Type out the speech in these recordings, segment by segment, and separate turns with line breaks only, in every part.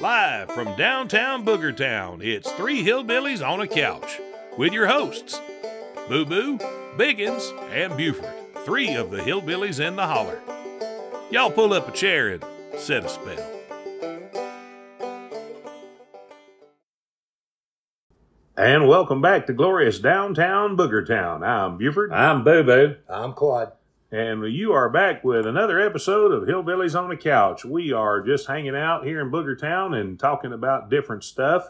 Live from downtown Boogertown, it's Three Hillbillies on a Couch with your hosts, Boo Boo, Biggins, and Buford, three of the hillbillies in the holler. Y'all pull up a chair and set a spell. And welcome back to glorious downtown Boogertown. I'm Buford,
I'm Boo Boo.
I'm Claude.
and you are back with another episode of Hillbillies on the Couch. We are just hanging out here in Boogertown and talking about different stuff.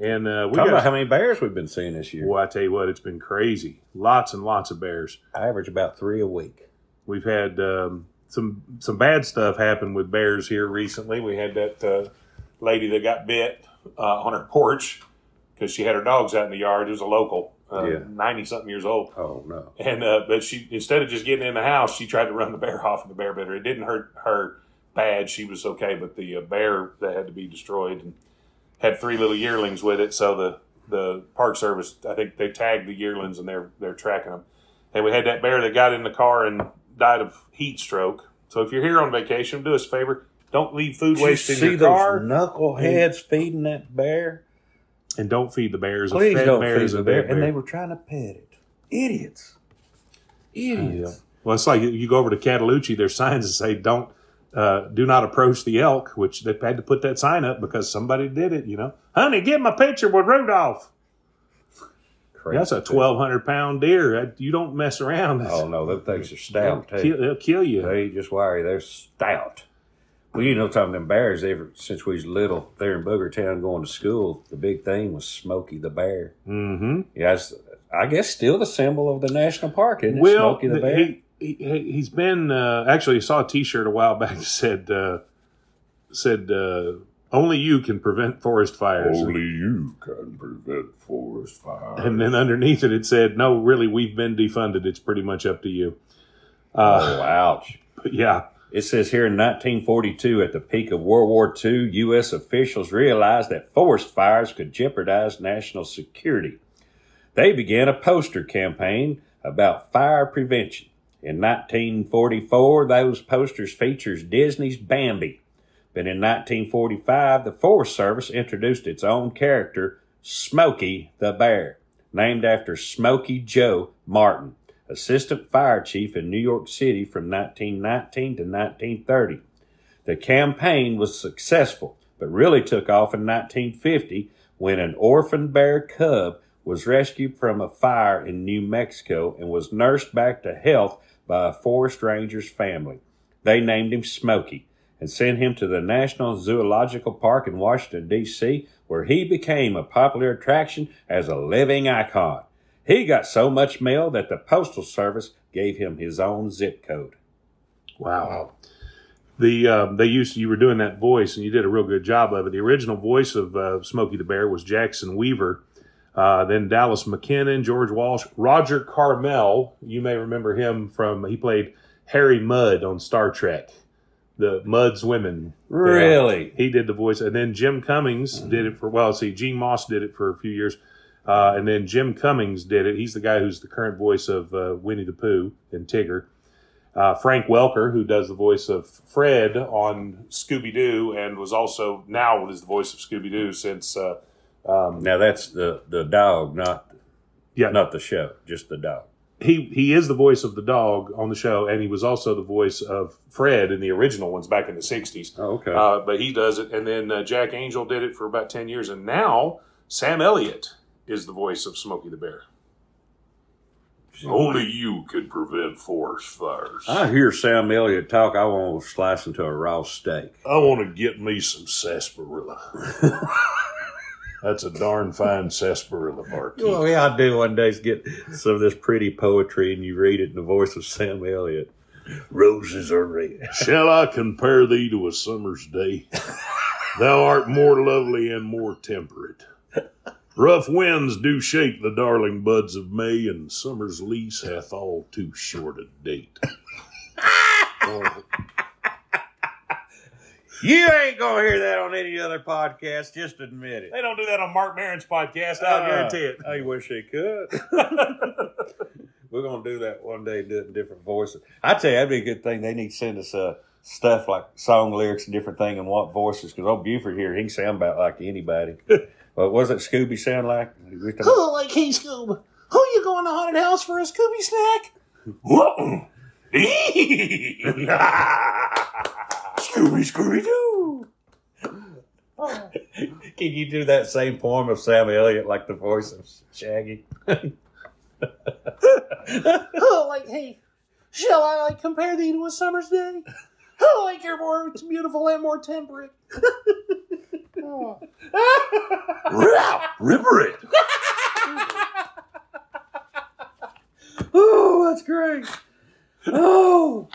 And uh, we
Talk
got
about how many bears we've been seeing this year.
Well, I tell you what, it's been crazy. Lots and lots of bears.
I average about three a week.
We've had um, some some bad stuff happen with bears here recently. We had that uh, lady that got bit uh, on her porch because she had her dogs out in the yard. It was a local,
Yeah.
ninety something years old.
Oh no!
And uh, but she instead of just getting in the house, she tried to run the bear off, and the bear bit her. It didn't hurt her bad; she was okay. But the uh, bear that had to be destroyed and had three little yearlings with it. So the the park service, I think they tagged the yearlings and they're they're tracking them. And we had that bear that got in the car and died of heat stroke. So if you're here on vacation, do us a favor: don't leave food
Did you
waste in
see
your
those
car,
knuckleheads feeding that bear?
and don't feed the bears.
Please
Fed
don't feed
bears
the
and
bear.
dead
And
bears.
they were trying to pet it. Idiots! Idiots!
Well, it's like you go over to Cataloochee, there's signs that say don't, uh, do not approach the elk, which they had to put that sign up because somebody did it, you know. Honey, get my picture with Rudolph.
Crazy
That's a
people.
1,200 pound deer. That- You don't mess around.
Oh no, those things are
They'll
stout
kill,
too.
they'll kill you.
They just wiry. They're stout. We you know talking them bears ever since we was little there in Booger Town going to school. The big thing was Smokey the Bear.
Mm-hmm.
Yeah, it's, I guess still the symbol of the national park, isn't it?
Well,
Smokey the
th-
Bear.
He, he, he's been, uh, actually, I saw a t shirt a while back that said, uh, said, uh, only you can prevent forest fires.
Oh, you can prevent forest fires.
and then underneath it, it said, no, really, we've been defunded. It's pretty much up to you. Uh,
oh, ouch.
but yeah.
It says here in 1942, at the peak of World War II, U.S. officials realized that forest fires could jeopardize national security. They began a poster campaign about fire prevention. In 1944, those posters features Disney's Bambi. But in 1945, the Forest Service introduced its own character, Smokey the Bear, named after Smokey Joe Martin, assistant fire chief in New York City from 1919 to 1930. The campaign was successful, but really took off in 1950 when an orphan bear cub was rescued from a fire in New Mexico and was nursed back to health by a forest ranger's family. They named him Smokey and sent him to the National Zoological Park in Washington, D.C., where he became a popular attraction as a living icon. He got so much mail that the Postal Service gave him his own zip code.
Wow. The um, they used you were doing that voice and you did a real good job of it. The original voice of uh, Smokey the Bear was Jackson Weaver, uh, then Dallas McKinnon, George Walsh, Roger Carmel. You may remember him from he played Harry Mudd on Star Trek, the Mudd's women.
Really?
He did the voice, and then Jim Cummings did it for well. See, Gene Moss did it for a few years, uh, and then Jim Cummings did it. He's the guy who's the current voice of uh, Winnie the Pooh and Tigger. Uh, Frank Welker, who does the voice of Fred on Scooby Doo, and was also now is the voice of Scooby Doo since uh, um,
Now that's the the dog, not
Yeah.
not the show, just the dog.
he he is the voice of the dog on the show, and he was also the voice of Fred in the original ones back in the '60s.
Oh, okay.
Uh, but he does it. And then uh, Jack Angel did it for about 10 years. And now Sam Elliott is the voice of Smokey the Bear. Only you could prevent forest fires.
I hear Sam Elliott talk. I want to slice into a raw steak.
I want to get me some sarsaparilla. That's a darn fine sarsaparilla, Marquis.
Well, yeah, I do. One day is get some of this pretty poetry, and you read it in the voice of Sam Elliott. Roses are red.
Shall I compare thee to a summer's day? Thou art more lovely and more temperate. Rough winds do shake the darling buds of May, and summer's lease hath all too short a date.
You ain't gonna hear that on any other podcast. Just admit it.
They don't do that on Mark Maron's podcast,
Uh, I wish they could. We're gonna do that one day, do it in different voices. I tell you, that'd be a good thing. They need to send us uh, stuff like song lyrics and different thing and what voices. Because old Buford here, he can sound about like anybody. what was it Scooby sound like? We talk-
Oh, like hey Scoob, who you going to haunted house for a Scooby snack? Whoa. Scooby Scooby Doo.
Can you do that same poem of Sam Elliott like the voice of Shaggy?
Oh, like hey, shall I like compare thee to a summer's day? Oh, like you're more beautiful and more temperate. Ripper it.
Oh, that's great. Oh,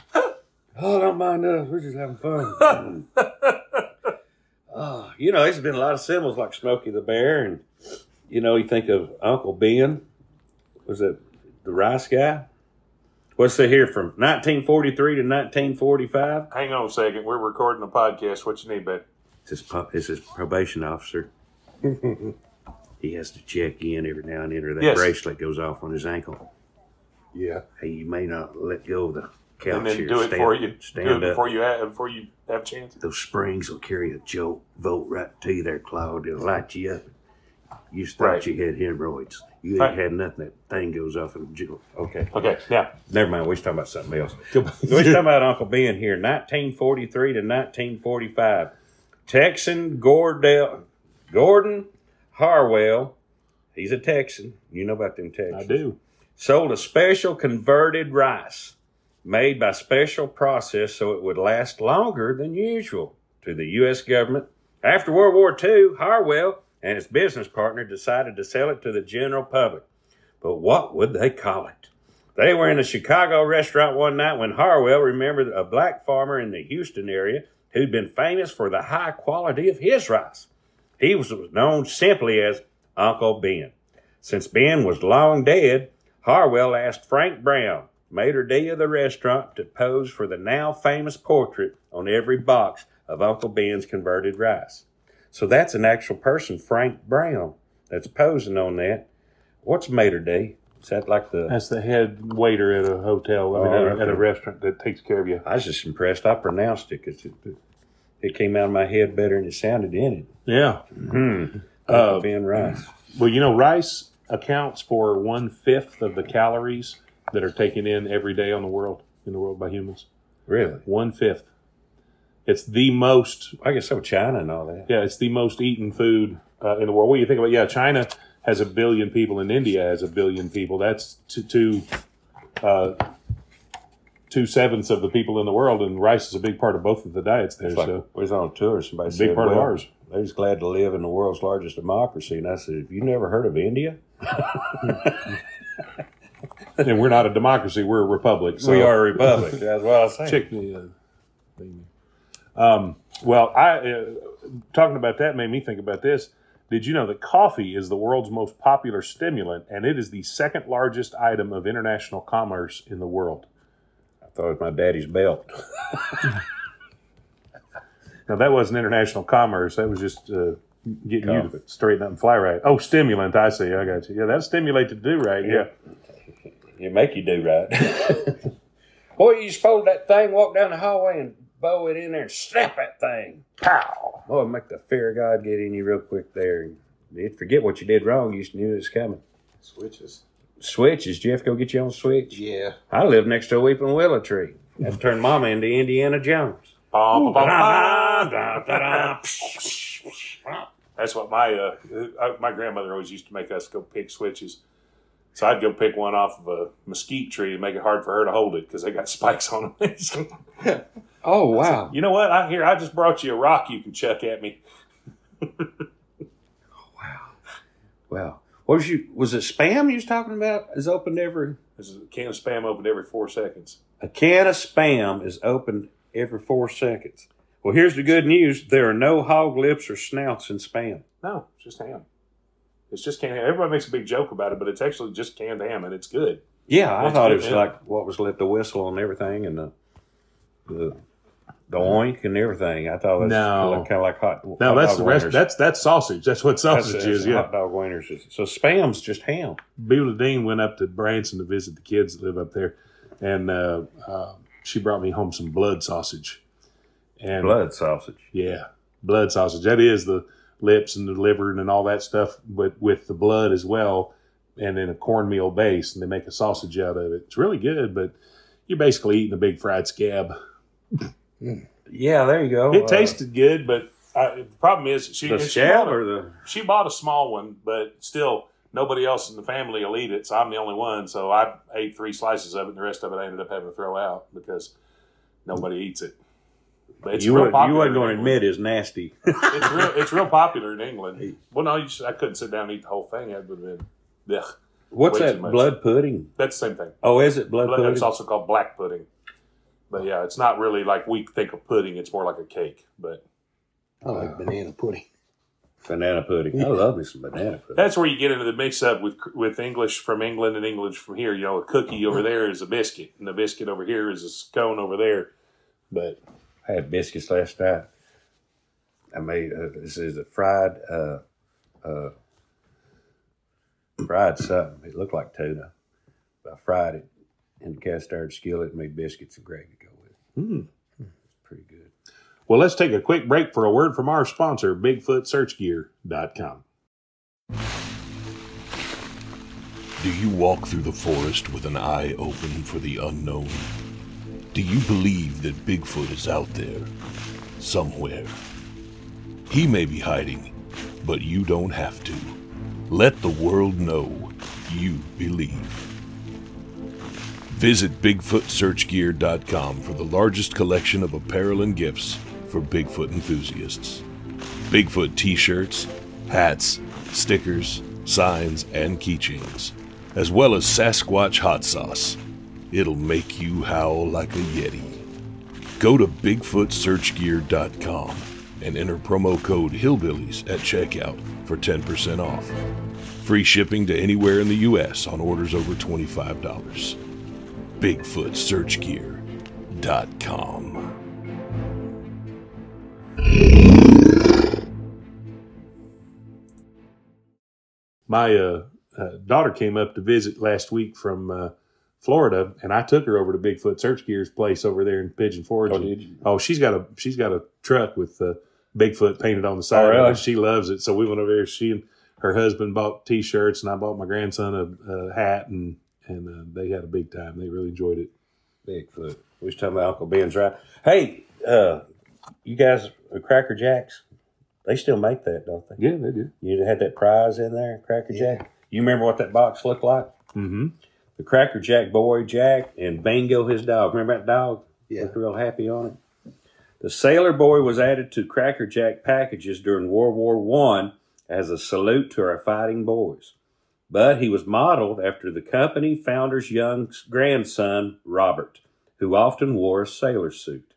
oh, don't mind us. We're just having fun. oh, you know, there's been a lot of symbols like Smokey the Bear, and you know, you think of Uncle Ben. Was it the rice guy? What's it here from 1943 to 1945?
Hang on a second. We're recording a podcast. What you need, bud?
It's his, pu- it's his probation officer. he has to check in every now and then, or that
Yes.
bracelet goes off on his ankle.
Yeah.
Hey, you may not let go of the couch
And then
here.
do it
stand,
for you.
Stand
Do it
up.
before you have, before you have a chance.
Those springs will carry a jolt, volt right to you there, Claude. It'll light you up. You just thought
Right.
you had hemorrhoids. You ain't
Right.
had nothing. That thing goes off and jolt. Okay.
Okay, now
Never mind. We're talking about something else. We're talking about Uncle Ben here, 1943 to 1945. Texan Gordell, Gordon Harwell, he's a Texan. You know about them Texans.
do.
Sold a special converted rice made by special process so it would last longer than usual to the U.S. government. After World War II, Harwell and his business partner decided to sell it to the general public. But what would they call it? They were in a Chicago restaurant one night when Harwell remembered a black farmer in the Houston area who'd been famous for the high quality of his rice. He was known simply as Uncle Ben. Since Ben was long dead, Harwell asked Frank Brown, maitre d' of the restaurant, to pose for the now famous portrait on every box of Uncle Ben's converted rice. So that's an actual person, Frank Brown, that's posing on that. What's maitre d'? Is that like the
That's the head waiter at a hotel, I mean,
Oh,
at, a, at
okay.
a restaurant that takes care of you.
I was just impressed. I pronounced it because it, it came out of my head better than it sounded in
Yeah.
it. Hmm.
Uh,
ben Rice.
Well, you know, rice accounts for one fifth of the calories that are taken in every day on the world in the world by humans.
Really?
One fifth. It's the most.
I guess so. China and all that.
Yeah, it's the most eaten food uh, in the world. What do you think about? Yeah, China has a billion people, and India has a billion people. That's two two uh, two sevenths of the people in the world, and rice is a big part of both of the diets there.
It's like,
so
we was on a tour. Somebody
a
said,
big part of
well,
ours.
They was glad to live in the world's largest democracy. And I said, Have you never heard of India?
and we're not a democracy; we're a republic. So.
we are a republic. That's what I was saying.
Check the uh, thing. Um, well, I uh, talking about that made me think about this. Did you know that coffee is the world's most popular stimulant, and it is the second largest item of international commerce in the world?
I thought it was my daddy's belt.
Now, that wasn't international commerce; that was just uh, getting you
Coffee.
to straighten up and fly right. Oh, stimulant! I see. I got you. Yeah, that stimulate to do right. Yeah.
It make you do right. Boy, you just fold that thing, walk down the hallway, and bow it in there and snap that thing. Pow! Boy, make the fear of God get in you real quick there. You'd forget what you did wrong. You just knew it was coming.
Switches.
Switches, Jeff. Go get your own switch.
Yeah.
I live next to a weeping willow tree. That turned Mama into Indiana Jones.
Bum, bum, bum, bum, bum.
That's
That's what my uh, uh, my grandmother always used to make us go pick switches. So I'd go pick one off of a mesquite tree and make it hard for her to hold it because they got spikes on them.
Oh wow!
you know what? I here I just brought you a rock you can chuck at me.
Wow. What was you? Was it spam you was talking about? Is opened every
This is a can of spam opened every four seconds.
a can of spam is opened every four seconds. Well, here's the good news: there are no hog lips or snouts in spam.
No, it's just ham. It's just canned ham. Everybody makes a big joke about it, but it's actually just canned ham and it's good.
Yeah, I
That's
thought
good,
it was
yeah.
like what was left the whistle and everything, and the the, the oink and everything. I thought that's
No.
kind of like hot.
Now
hot
that's
dog
the rest.
wieners.
That's that's sausage. That's what
That's-
sausage
that's
is. Yeah.
hot dog wieners. is- So spam's just ham.
Beulah Dean went up to Branson to visit the kids that live up there, and uh, uh, she brought me home some blood sausage.
And
Blood sausage.
yeah, blood sausage. That is the lips and the liver and all that stuff, but with the blood as well, and then a cornmeal base, and they make a sausage out of it. It's really good, but you're basically eating a big fried scab.
Yeah, there you go.
It
Uh,
tasted good, but uh,
But I, the problem is she
the
she
shell
bought a-
or the
she bought a small one, but still nobody else in the family will eat it, so I'm the only one. So I ate three slices of it, and the rest of it I ended up having to throw out because nobody eats it. But
you weren't, you
popular
wasn't
in
going to
England.
admit is nasty.
it's real. It's real popular in England. Well, no, you should, I couldn't sit down and eat the whole thing. That would have been. Ugh.
What's
Way too
that
much.
blood pudding?
That's the same thing.
Oh, is it blood
Blood-
pudding?
It's also called black pudding. But yeah, it's not really like we think of pudding. It's more like a cake. But
I
Oh,
like banana pudding.
banana pudding. I love me some banana pudding.
that's where you get into the mix-up with with English from England and English from here. You know, a cookie
Mm-hmm.
over there is a biscuit, and the biscuit over here is a scone over there. But
I had biscuits last night. I made uh, this is a fried uh, uh, fried something. It looked like tuna. But I fried it in a cast iron skillet and made biscuits and gravy to go with. it.
hmm.
It's pretty good.
Well, let's take a quick break for a word from our sponsor, BigfootSearchGear.com.
Do you walk through the forest with an eye open for the unknown? Do you believe that Bigfoot is out there? Somewhere. He may be hiding, but you don't have to. Let the world know you believe. Visit BigfootSearchGear.com for the largest collection of apparel and gifts for Bigfoot enthusiasts. Bigfoot t shirts, hats, stickers, signs, and keychains, as well as Sasquatch hot sauce. It'll make you howl like a Yeti. Go to BigfootSearchGear.com and enter promo code Hillbillies at checkout for 10% off. Free shipping to anywhere in the U.S. on orders over $25. BigfootSearchGear.com.
my uh, uh, daughter came up to visit last week from uh, Florida, and I took her over to Bigfoot Search Gear's place over there in Pigeon Forge.
Oh,
And-
did you?
oh, she's got a she's got a truck with uh, Bigfoot painted on the side. of it.
really?
She loves it. So we went over there. She and her husband bought T-shirts, and I bought my grandson a, a hat, and and uh, they had a big time. They really enjoyed it.
Bigfoot. We was talking about Uncle Ben's right. Hey, uh, you guys, the Cracker Jacks, they still make that, don't they?
Yeah, they did.
You had that prize in there, Cracker Jack. You remember what that box looked like?
Mm-hmm.
the Cracker Jack boy Jack and Bingo his dog. Remember that dog?
Yeah.
Looked real happy on it. The Sailor Boy was added to Cracker Jack packages during World War One as a salute to our fighting boys. But he was modeled after the company founder's young grandson, Robert, who often wore a sailor suit.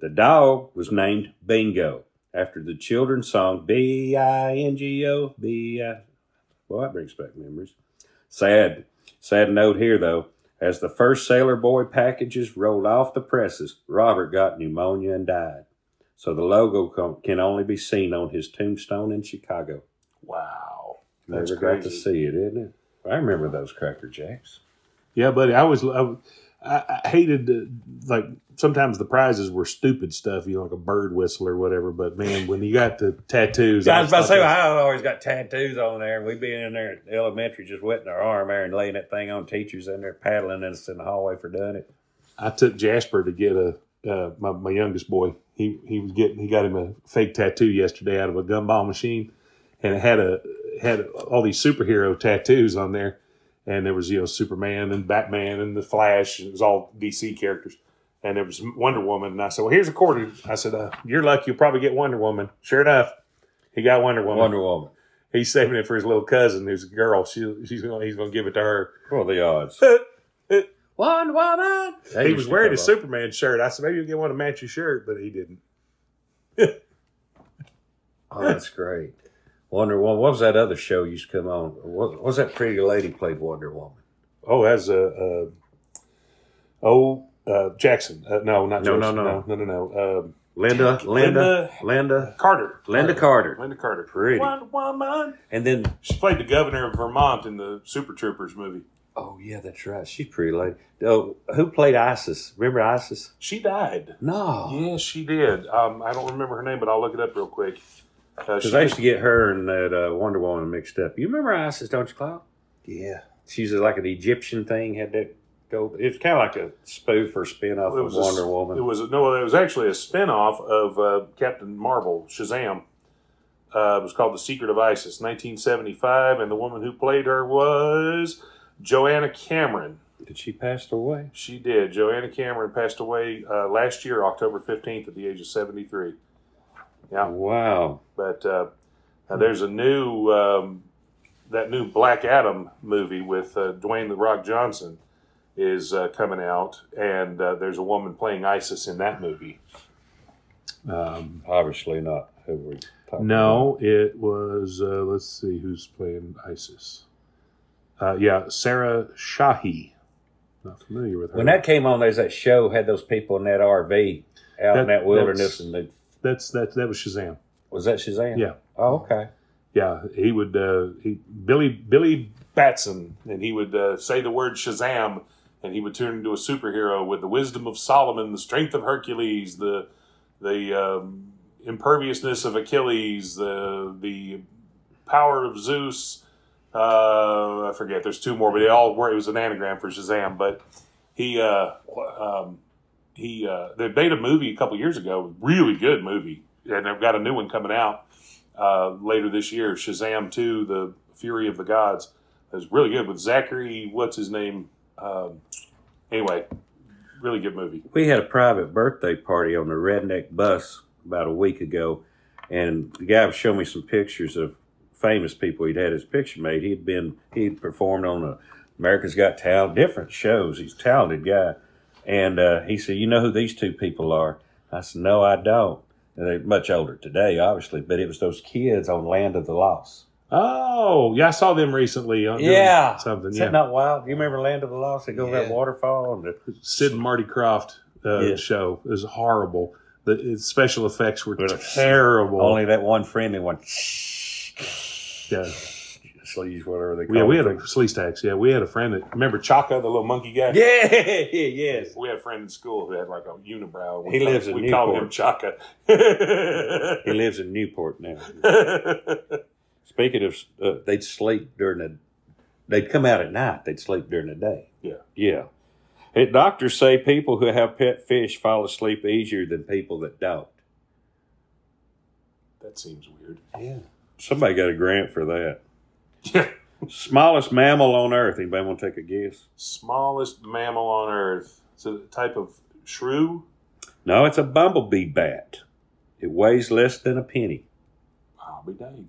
The dog was named Bingo after the children's song B I N G O B I. Well, that brings back memories. Sad, sad note here though. As the first Sailor Boy packages rolled off the presses, Robert got pneumonia and died. So the logo co- can only be seen on his tombstone in Chicago.
wow,
Never got to see it, isn't it? I remember those Cracker Jacks.
Yeah, buddy. I was I, I I hated the, like sometimes the prizes were stupid stuff, you know, like a bird whistle or whatever. But man, when you got the tattoos, thought
I always got tattoos on there, and we'd be in there at elementary just wetting our arm there and laying that thing on teachers in there paddling us in the hallway for doing it.
that- I took Jasper to get a uh, my my youngest boy. He he was getting he got him a fake tattoo yesterday out of a gumball machine, and it had a had all these superhero tattoos on there, and there was you know Superman and Batman and the Flash. And it was all DC characters. And there was Wonder Woman, and I said, "Well, here's a quarter." I said, uh, "You're lucky. You'll probably get Wonder Woman." Sure enough, he got Wonder Woman.
Wonder Woman.
he's saving it for his little cousin who's a girl. She, she's gonna, he's gonna give it to her.
What are the odds? Wonder Woman!
he was wearing his Superman shirt. I said maybe you'll get one to match your shirt, but he didn't.
Oh, that's great. Wonder Woman. What was that other show used to come on? What what was that pretty lady played Wonder Woman?
Oh, as a uh, oh uh, Jackson. Uh, no, not
No,
Jackson.
no, no.
no, no, no. Um,
Linda, Linda, Linda, Linda,
Carter,
Carter.
Linda Carter,
Pretty.
One woman.
And then
She played the governor of Vermont in the Super Troopers movie.
Oh yeah, that's right. She's a pretty lady. Oh, who played Isis? Remember Isis?
She died.
No,
Yes, she did. Um, I don't remember her name, but I'll look it up real quick. Uh,
because
she
I used to get her and that uh, Wonder Woman mixed up. You remember Isis, don't you, Cloud?
Yeah.
She's like an Egyptian thing. Had that go. It's kind of like a spoof or spin off
It
of
was a-
Wonder Woman.
It was no, it was actually a spin-off of uh, Captain Marvel, Shazam. Uh, it was called The Secret of Isis, 1975, and the woman who played her was Joanna Cameron.
Did she pass away?
She did. Joanna Cameron passed away uh, last year, October 15th, at the age of 73. Yeah.
Wow.
But uh, now
Hmm.
there's a new um, that new Black Adam movie with uh, Dwayne the Rock Johnson is uh, coming out, and uh, there's a woman playing Isis in that movie.
Um,
Obviously not. Who we talking
no, it was. Uh, let's see who's playing ISIS. Uh, yeah, Sarah Shahi. Not familiar with her.
When that came on, there's that show had those people in that RV out in
That-
that wilderness,
that's-
and they,
that's that that was Shazam.
was that Shazam?
Yeah.
Oh, okay.
Yeah, he would. Uh, he Billy Billy.
Batson, and he would uh, say the word Shazam, and he would turn into a superhero with the wisdom of Solomon, the strength of Hercules, the the um, imperviousness of Achilles, the the power of Zeus. Uh, I forget. There's two more, but they all were. It was an anagram for Shazam, but he uh, um, he uh, they made a movie a couple years ago, really good movie, and they've got a new one coming out uh, later this year, Shazam Two: The Fury of the Gods. It was really good with Zachary. What's his name? Um, anyway, really good movie.
We had a private birthday party on the redneck bus about a week ago, and the guy was showing me some pictures of famous people he'd had his picture made. He'd been he performed on the America's Got Talent, different shows. He's a talented guy, and uh, he said, "You know who these two people are?" I said, "No, I don't." And they're much older today, obviously, but it was those kids on Land of the Lost.
Oh, yeah, I saw them recently. On doing
Yeah.
something.
Is
Yeah,
that not wild? Do you remember Land of the Lost? They go over that
Yeah.
waterfall and the
Sid and Marty Croft uh,
Yeah.
show is horrible. The its special effects were
Well,
terrible.
Only that one friendly one.
Yeah.
Sleeves, whatever they call
yeah, we had
it.
a sleaze tax. Yeah, we had a friend that remember Chaka.
Chaka, the little monkey guy.
Yeah, yes.
We had a friend in school who had like a unibrow.
He lives in
We called him
Newport.
Chaka.
He lives in Newport now. Speaking of, uh, they'd sleep during the, they'd come out at night. They'd sleep during the day.
Yeah.
yeah. Hey, doctors say people who have pet fish fall asleep easier than people that don't.
that seems weird.
Yeah.
Somebody got a grant for that.
Yeah.
Smallest mammal on earth. Anybody want to take a guess?
Smallest mammal on Earth. It's a type of shrew.
No, it's a bumblebee bat. It weighs less than a penny.
I'll be danged.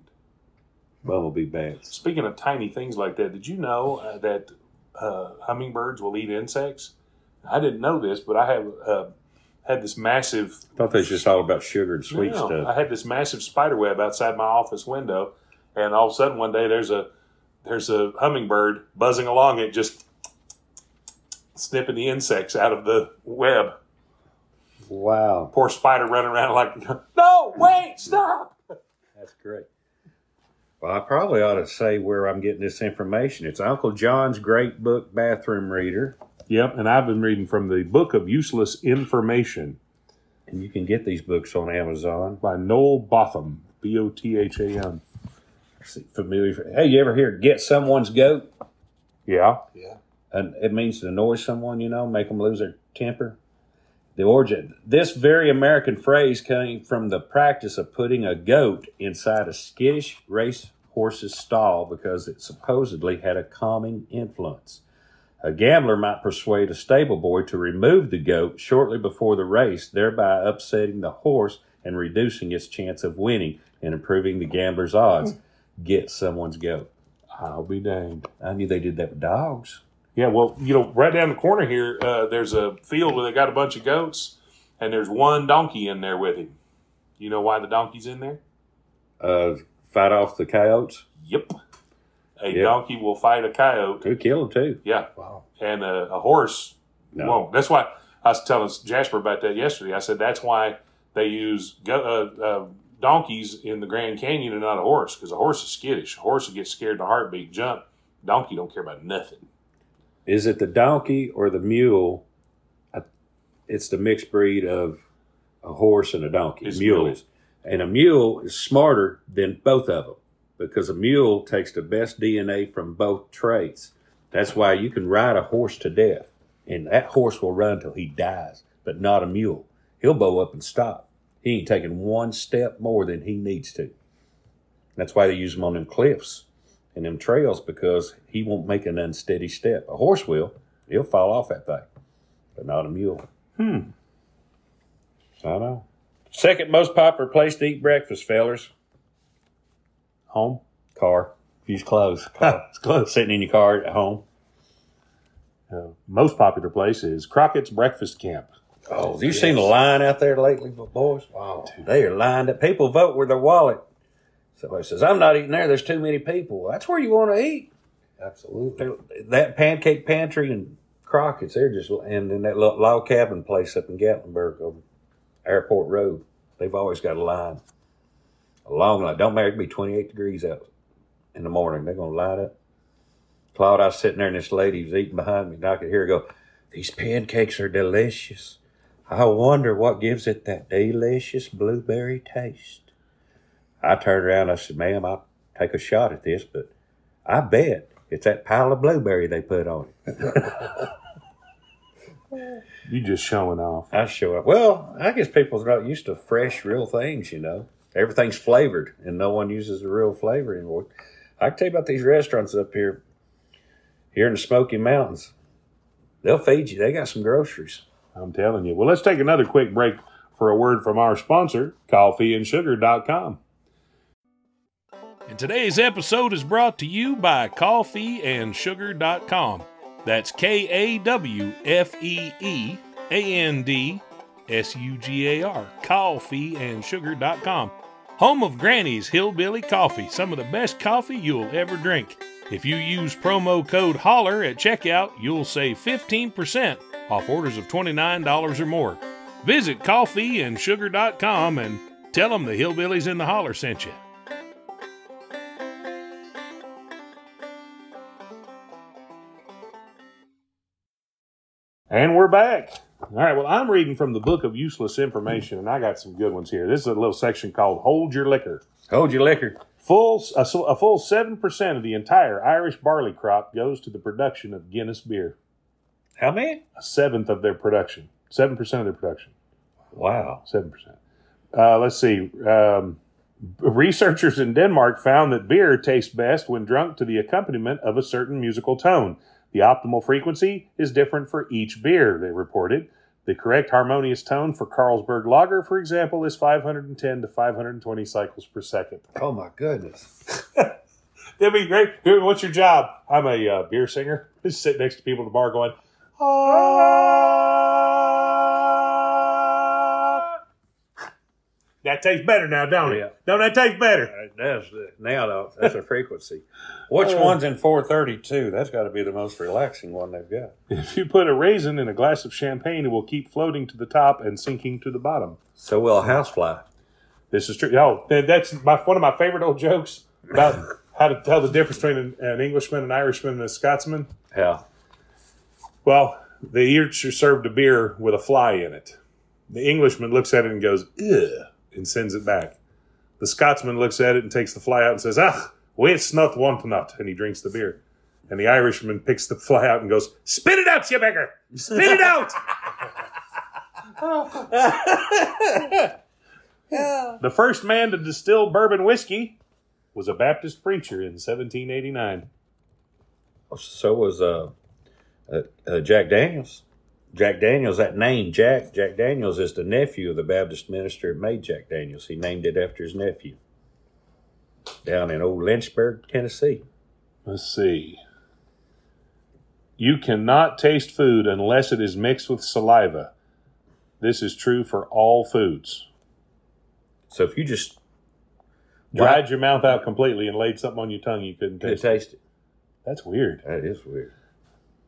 Bumblebee bats.
Speaking of tiny things like that, did you know uh, that uh, hummingbirds will eat insects? I didn't know this, but I have uh, had this massive
I thought that was just all about sugar and sweet
No,
stuff.
I had this massive spider web outside my office window, and all of a sudden one day there's a there's a hummingbird buzzing along it, just snipping the insects out of the web.
Wow.
Poor spider running around like, no, wait, stop.
That's great. Well, I probably ought to say where I'm getting this information. It's Uncle John's great book, Bathroom Reader.
Yep, and I've been reading from the Book of Useless Information
And you can get these books on Amazon.
by Noel Botham, B O T H A M.
Familiar. Hey, you ever hear get someone's goat?
Yeah,
Yeah.
And it means to annoy someone, you know, make them lose their temper. The origin. This very American phrase came from the practice of putting a goat inside a skittish race horse's stall because it supposedly had a calming influence. A gambler might persuade a stable boy to remove the goat shortly before the race, thereby upsetting the horse and reducing its chance of winning and improving the gambler's odds. Get someone's goat.
I'll be danged.
I knew they did that with dogs.
Yeah, well, you know, right down the corner here, uh, there's a field where they got a bunch of goats, and there's one donkey in there with him. You know why the donkey's in there?
Uh, fight off the coyotes.
Yep. A
Yep.
donkey will fight a coyote.
Could kill them too.
Yeah.
Wow.
And a, a horse
No.
won't. That's why I was telling Jasper about that yesterday. I said that's why they use go- uh, uh, donkeys in the Grand Canyon and not a horse because a horse is skittish. A horse will get scared in a heartbeat, jump. Donkey don't care about nothing.
Is it the donkey or the mule? I- It's the mixed breed of a horse and a donkey.
It's
mules. And a mule is smarter than both of them because a mule takes the best DNA from both traits. That's why you can ride a horse to death, and that horse will run till he dies, but not a mule. He'll bow up and stop. He ain't taking one step more than he needs to. That's why they use him on them cliffs and them trails because he won't make an unsteady step. A horse will. He'll fall off that thing, but not a mule. Hmm.
I know.
Second most popular place to eat breakfast, fellas.
Home.
Car. Use clothes. Car.
it's close.
Sitting in your car at home.
Uh, most popular place is Crockett's Breakfast Camp.
Oh, have you seen the line out there lately, boys? Wow. They are lined up. People vote with their wallet. Somebody says, I'm not eating there. There's too many people. That's where you want to eat.
Absolutely.
They're- That pancake pantry and Crockett's, they're just, and then that little log cabin place up in Gatlinburg on Airport Road. They've always got a line. A long line. Don't matter. It could be 28 degrees out in the morning. They're going to light up. Claude, I was sitting there and this lady was eating behind me and I could hear her go, These pancakes are delicious. I wonder what gives it that delicious blueberry taste. I turned around. I said, "Ma'am, I'll take a shot at this, but I bet it's that pile of blueberry they put on it."
You just showing off.
I show up. Well, I guess people's not used to fresh, real things. You know, everything's flavored, and no one uses the real flavor anymore. I can tell you about these restaurants up here, here in the Smoky Mountains. They'll feed you. They got some groceries.
I'm telling you. Well, let's take another quick break for a word from our sponsor, coffeeandsugar.com.
And today's episode is brought to you by coffeeandsugar.com. That's K A W F E E A N D S U G A R. Coffeeandsugar.com. Home of Granny's Hillbilly Coffee, some of the best coffee you'll ever drink. If you use promo code HOLLER at checkout, you'll save 15% off orders of $29 or more. Visit coffeeandsugar.com and tell them the Hillbillies in the Holler sent you.
And we're back. All right. Well, I'm reading from the book of useless information, and I got some good ones here. This is a little section called Hold Your Liquor.
Hold your liquor.
Full a, s- a full seven percent of the entire Irish barley crop goes to the production of Guinness beer.
How many?
A seventh of their production, seven percent of their production,
Wow.
seven percent. Uh, let's see. Um, researchers in Denmark found that beer tastes best when drunk to the accompaniment of a certain musical tone. The optimal frequency is different for each beer. They reported the correct harmonious tone for Carlsberg Lager, for example, is 510 to 520 cycles per second.
Oh my goodness.
That'd be great. Dude, what's your job? I'm a uh, beer singer. Just sit next to people at the bar going, ah. That tastes better now, don't
Yeah.
it? Don't that taste better?
That's now though, that's a frequency. Which one's in 432? That's got to be the most relaxing one they've got.
If you put a raisin in a glass of champagne, it will keep floating to the top and sinking to the bottom.
So will a housefly.
This is true. Oh, that- that's my, one of my favorite old jokes about how to tell the difference between an, an Englishman, an Irishman, and a Scotsman.
Yeah.
Well, the each are served a beer with a fly in it. The Englishman looks at it and goes, ugh, and sends it back. The Scotsman looks at it and takes the fly out and says, "Ah, ach, it's not want not, and he drinks the beer. And the Irishman picks the fly out and goes, spit it out, you beggar! Spit it out! the first man to distill bourbon whiskey was a Baptist preacher in 1789.
So was uh, uh, uh, Jack Daniels. Jack Daniels, that name, Jack. Jack Daniels is the nephew of the Baptist minister that made Jack Daniels. He named it after his nephew down in old Lynchburg, Tennessee.
Let's see. You cannot taste food unless it is mixed with saliva. This is true for all foods.
So if you just
Dried your mouth out completely and laid something on your tongue you couldn't
could
taste.
taste it,
That's weird.
that is weird.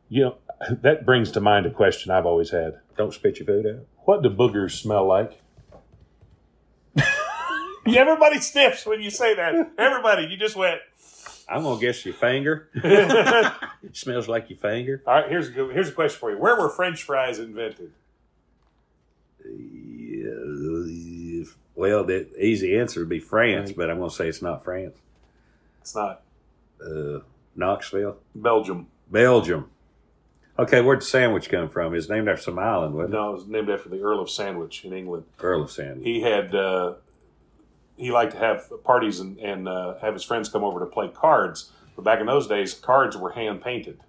You know, that brings to mind a question I've always had.
Don't spit your food out.
What do boogers smell like?
Everybody sniffs when you say that. Everybody, you just went.
I'm gonna guess your finger. It smells like your finger.
All right, here's a good, here's a question for you. Where were French fries invented?
Yeah, well, the easy answer would be France, but I'm gonna say it's not France.
It's not
Uh, Knoxville,
Belgium.
Belgium. Okay, where'd the sandwich come from? It's named after some island, wasn't it?
No, it was named after the Earl of Sandwich in England.
Earl of Sandwich.
He had uh, he liked to have parties and, and uh, have his friends come over to play cards. But back in those days, cards were hand painted,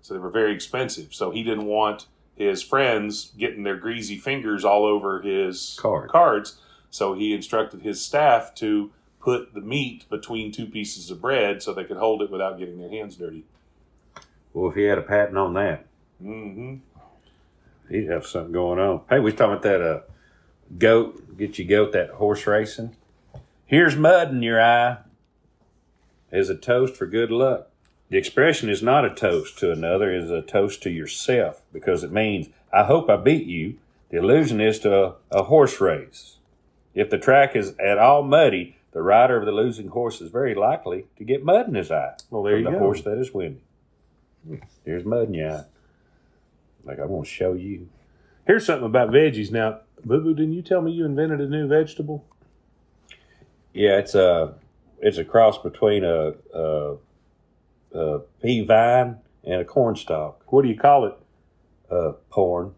so they were very expensive. So he didn't want his friends getting their greasy fingers all over his
Card.
cards. So he instructed his staff to put the meat between two pieces of bread so they could hold it without getting their hands dirty.
Well, if he had a patent on that,
hmm
he'd have something going on. Hey, we was talking about that uh, goat. Get your goat that horse racing. Here's mud in your eye. Is a toast for good luck. The expression is not a toast to another; it is a toast to yourself because it means I hope I beat you. The allusion is to a, a horse race. If the track is at all muddy, the rider of the losing horse is very likely to get mud in his eye.
Well, there
from
you
the
go.
horse that is winning. There's mud in your eye. Like I'm gonna show you.
Here's something about veggies. Now, Boo Boo, didn't you tell me you invented a new vegetable?
Yeah, it's a it's a cross between a a, a pea vine and a corn stalk.
What do you call it?
Uh, porn.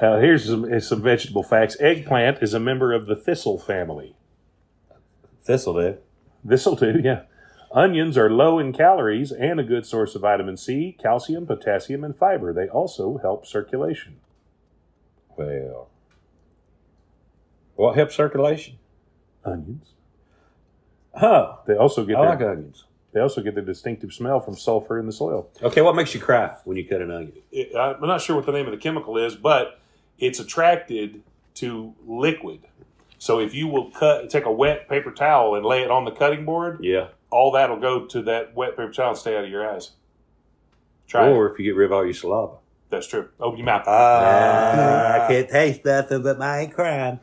Uh, here's some, here's some vegetable facts. Eggplant is a member of the thistle family.
Thistle did.
This'll do, yeah. Onions are low in calories and a good source of vitamin C, calcium, potassium, and fiber. They also help circulation.
Well, what helps circulation?
Onions.
Huh?
They also
I
get their,
like onions.
they also get their distinctive smell from sulfur in the soil.
Okay, what makes you cry when you cut an onion?
it, I- I'm not sure what the name of the chemical is, but it's attracted to liquid. So if you will cut, take a wet paper towel and lay it on the cutting board,
Yeah.
all that'll go to that wet paper towel and stay out of your eyes. Try it.
Or if you get rid of all your saliva.
That's true. Open your mouth.
Uh, I can't taste nothing, but I ain't crying.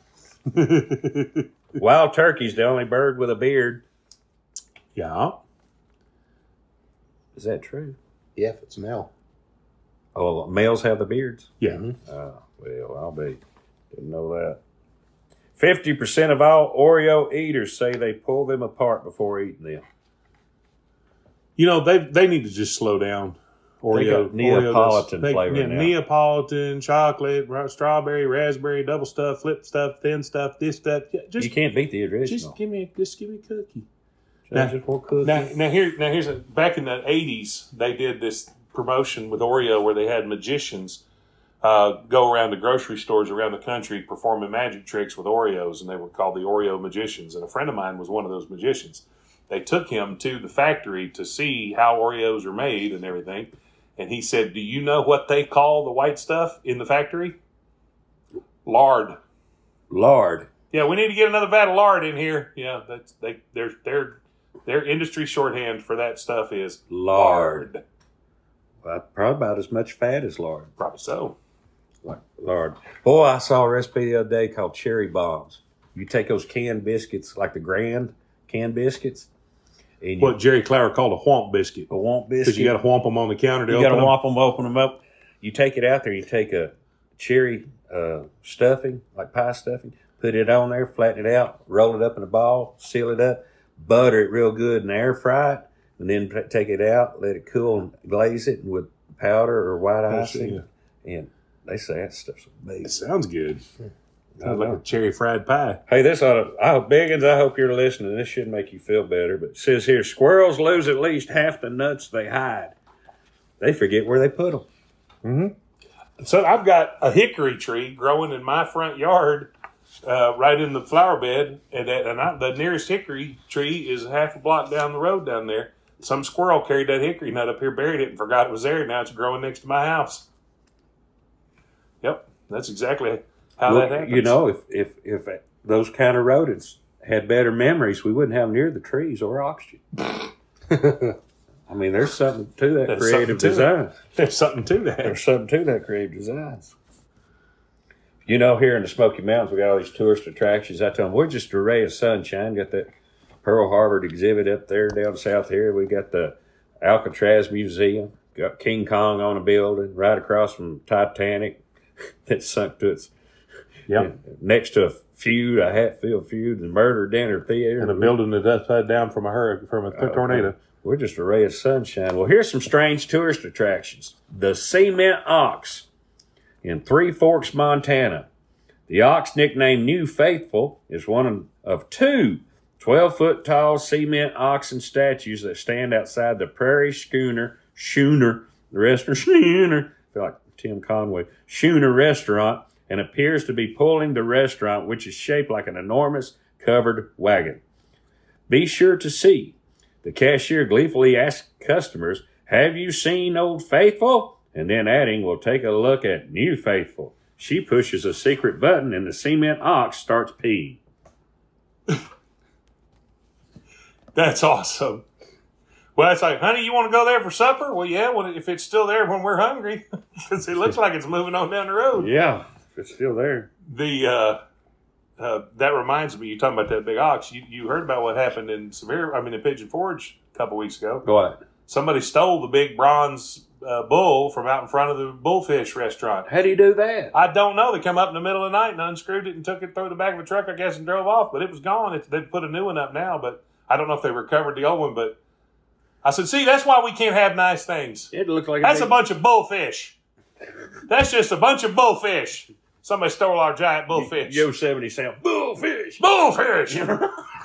Wild turkey's the only bird with a beard.
Yeah.
Is that true?
Yeah, if it's male. Mm-hmm.
Oh, males have the beards.
Yeah.
Oh, well, I'll be. Didn't know that. 50% of all Oreo eaters say they pull them apart before eating them.
You know, they they need to just slow down. Oreo,
got Neapolitan
Oreo does-
flavor
yeah,
now.
Neapolitan, chocolate, ra- strawberry, raspberry, double stuff, flip stuff, thin stuff, this stuff. Yeah, just
you can't beat the original.
just give me just give me a cookie.
Just, just more cookies.
Now, now here, now here's a, back in the '80s, they did this promotion with Oreo where they had magicians uh, go around to grocery stores around the country performing magic tricks with Oreos, and they were called the Oreo magicians. And a friend of mine was one of those magicians. They took him to the factory to see how Oreos are made and everything. And he said, "Do you know what they call the white stuff in the factory? Lard."
Lard.
Yeah, we need to get another vat of lard in here. Yeah, that's they their their their industry shorthand for that stuff is
Lard. Well, probably about as much fat as lard.
Probably so.
like lard. Boy, I saw a recipe the other day called cherry bombs. You take those canned biscuits, like the grand canned biscuits, and you
What Jerry Clower called a whomp biscuit.
a want
Because
biscuit.
you got to whomp them on the counter to
you
open
gotta
them.
whop them, open them up. You take it out there. You take a cherry uh, stuffing, like pie stuffing, put it on there, flatten it out, roll it up in a ball, seal it up, butter it real good, and air fry it, and then t- take it out, let it cool, and glaze it with powder or white
That's it,
icing. And they say that stuff's amazing.
It sounds good. Sounds like a cherry fried pie.
Hey, this ought to, I hope, Biggins, I hope you're listening. This should make you feel better. But it says here squirrels lose at least half the nuts they hide. They forget where they put them.
So I've got a hickory tree growing in my front yard, uh, right in the flower bed, and, that, and I, the nearest hickory tree is half a block down the road down there. Some squirrel carried that hickory nut up here, buried it, and forgot it was there. Now it's growing next to my house. Yep, that's exactly how that happens.
you know, if, if, if those kind of rodents had better memories, we wouldn't have near the trees or oxygen. I mean, there's something to that
There's something
creative
to it.
design.
There's something to that.
There's something to that creative designs. You know, here in the Smoky Mountains, we got all these tourist attractions. I tell them we're just a ray of sunshine. Got that Pearl Harbor exhibit up there down south here. We got the Alcatraz Museum, got King Kong on a building right across from Titanic that sunk to its
Yeah.
next to a feud, a Hatfield feud, the murder dinner theater.
And a building that's upside down from a hurricane, from a th- tornado.
We're just a ray of sunshine. Well, here's some strange tourist attractions. The Cement Ox in Three Forks, Montana. The ox, nicknamed New Faithful, is one of two 12 foot tall cement oxen statues that stand outside the Prairie Schooner, Schooner, the restaurant, Schooner, I feel like Tim Conway, Schooner restaurant, and appears to be pulling the restaurant, which is shaped like an enormous covered wagon. Be sure to see the cashier gleefully asks customers, Have you seen Old Faithful? And then adding, We'll take a look at New Faithful. She pushes a secret button and the cement ox starts peeing.
That's awesome. Well, it's like, honey, you want to go there for supper? Well, yeah. Well, if it's still there when we're hungry, because it looks like it's moving on down the road.
Yeah, it's still there.
The uh, uh, that reminds me, you talking about that big ox? You, you heard about what happened in Sevier? I mean, in Pigeon Forge a couple weeks ago.
What?
Somebody stole the big bronze uh, bull from out in front of the bullfish restaurant.
How do you do that?
I don't know. They come up in the middle of the night and unscrewed it and took it through the back of a truck, I guess, and drove off. But it was gone. It, they put a new one up now, but I don't know if they recovered the old one. But I said, see, that's why we can't have nice things.
It looked like
That's a
big-
bunch of bullfish. That's just a bunch of bullfish. Somebody stole our giant bullfish.
Yosemite sound. Bullfish!
Bullfish.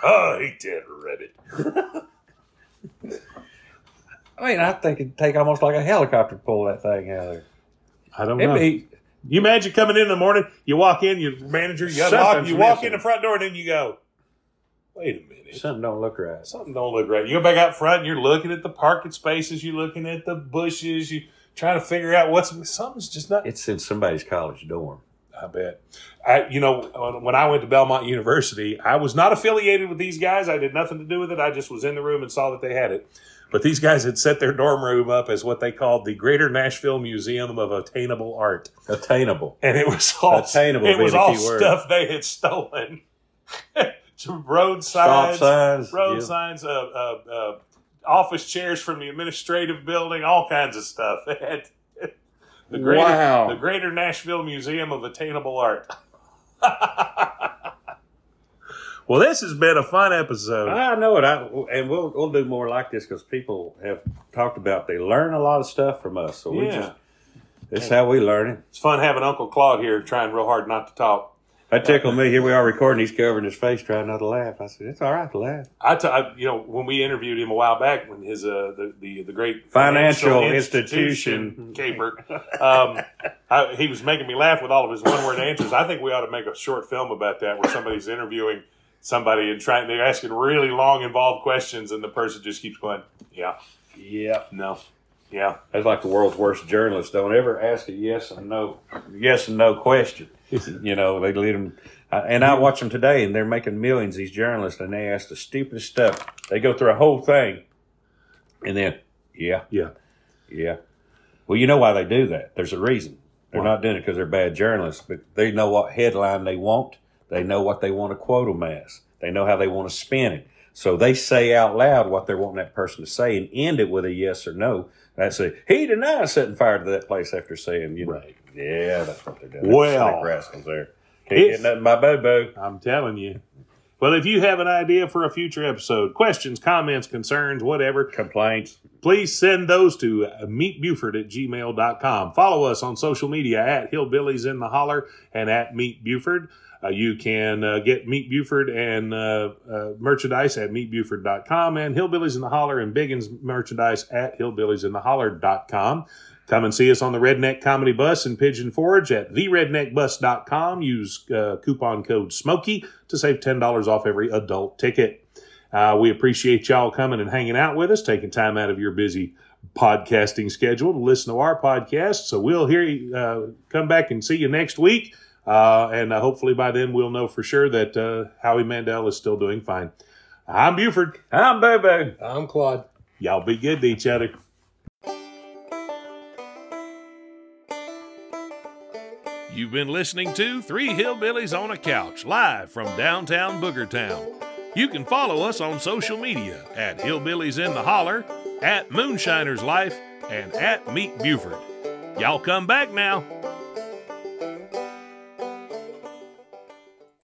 I hate that rabbit.
I mean, I think it'd take almost like a helicopter to pull that thing out of there.
I don't know.
It'd be,
You imagine coming in in the morning, you walk in, your manager, you unlock,
Something's
you walk
missing.
in the front door, and then you go, wait a minute.
something don't look right.
Something don't look right. You go back out front, and you're looking at the parking spaces, you're looking at the bushes, you trying to figure out what's something's just not.
It's in somebody's college dorm.
I bet. I, you know, when- when I went to Belmont University, I was not affiliated with these guys. I did nothing to do with it. I just was in the room and saw that they had it. But these guys had set their dorm room up as what they called the Greater Nashville Museum of Attainable Art,
Attainable.
and it was all
Attainable
It
being
was
the
all
key word.
stuff they had stolen. To
Stop
roadside
signs.
road
yeah.
signs, uh, uh, uh, office chairs from the administrative building, all kinds of stuff. the greater,
Wow.
the Greater Nashville Museum of Attainable Art.
Well, this has been a fun episode.
I know it. I, and we'll we'll do more like this because people have talked about they learn a lot of stuff from us. So we
Yeah.
just that's how we learn it.
It's fun having Uncle Claude here trying real hard not to talk.
That tickled me. Here we are recording. He's covering his face, trying not to laugh. I said, "It's all right to laugh."
I, t- I you know, when we interviewed him a while back, when his uh, the, the the great
Financial institution.
caper, um, I, he was making me laugh with all of his one word answers. I think we ought to make a short film about that, where somebody's interviewing somebody and trying they're asking really long, involved questions, and the person just keeps going, "Yeah,
Yeah,
no, yeah."
that's like the world's worst journalists. Don't ever ask a yes and no, yes and no question. you know, they lead them. And I watch them today, and they're making millions. These journalists, and they ask the stupidest stuff. They go through a whole thing, and then yeah,
yeah.
Yeah. Well, you know why they do that. There's a reason. They're not doing it because they're bad journalists, but they know what headline they want. They know what they want to quote them as. They know how they want to spin it. So they say out loud what they're wanting that person to say and end it with a yes or no. That's a he denies setting fire to that place after saying, you know,
Right.
yeah, that's what they're doing.
Well.
Slick rascals there. Can't get
If-
nothing by boo boo.
I'm telling you. Well, if you have an idea for a future episode, questions, comments, concerns, whatever,
Complaints.
please send those to uh, meetbuford at gmail.com. Follow us on social media at Hillbillies in the Holler and at Meet Buford. Uh, you can uh, get Meet Buford and uh, uh, merchandise at meetbuford.com and Hillbillies in the Holler and Biggins merchandise at hillbilliesintheholler.com. Come and see us on the Redneck Comedy Bus in Pigeon Forge at theredneckbus.com. Use uh, coupon code SMOKY to save $10 off every adult ticket. Uh, we appreciate y'all coming and hanging out with us, taking time out of your busy podcasting schedule to listen to our podcast. So we'll hear you, uh, come back and see you next week. Uh, and uh, hopefully by then we'll know for sure that uh, Howie Mandel is still doing fine. I'm Buford.
I'm boo boo.
I'm Claude.
Y'all be good to each other.
You've been listening to Three Hillbillies on a Couch, live from downtown Boogertown. You can follow us on social media at Hillbillies in the Holler, at Moonshiner's Life, and at Meet Buford. Y'all come back now.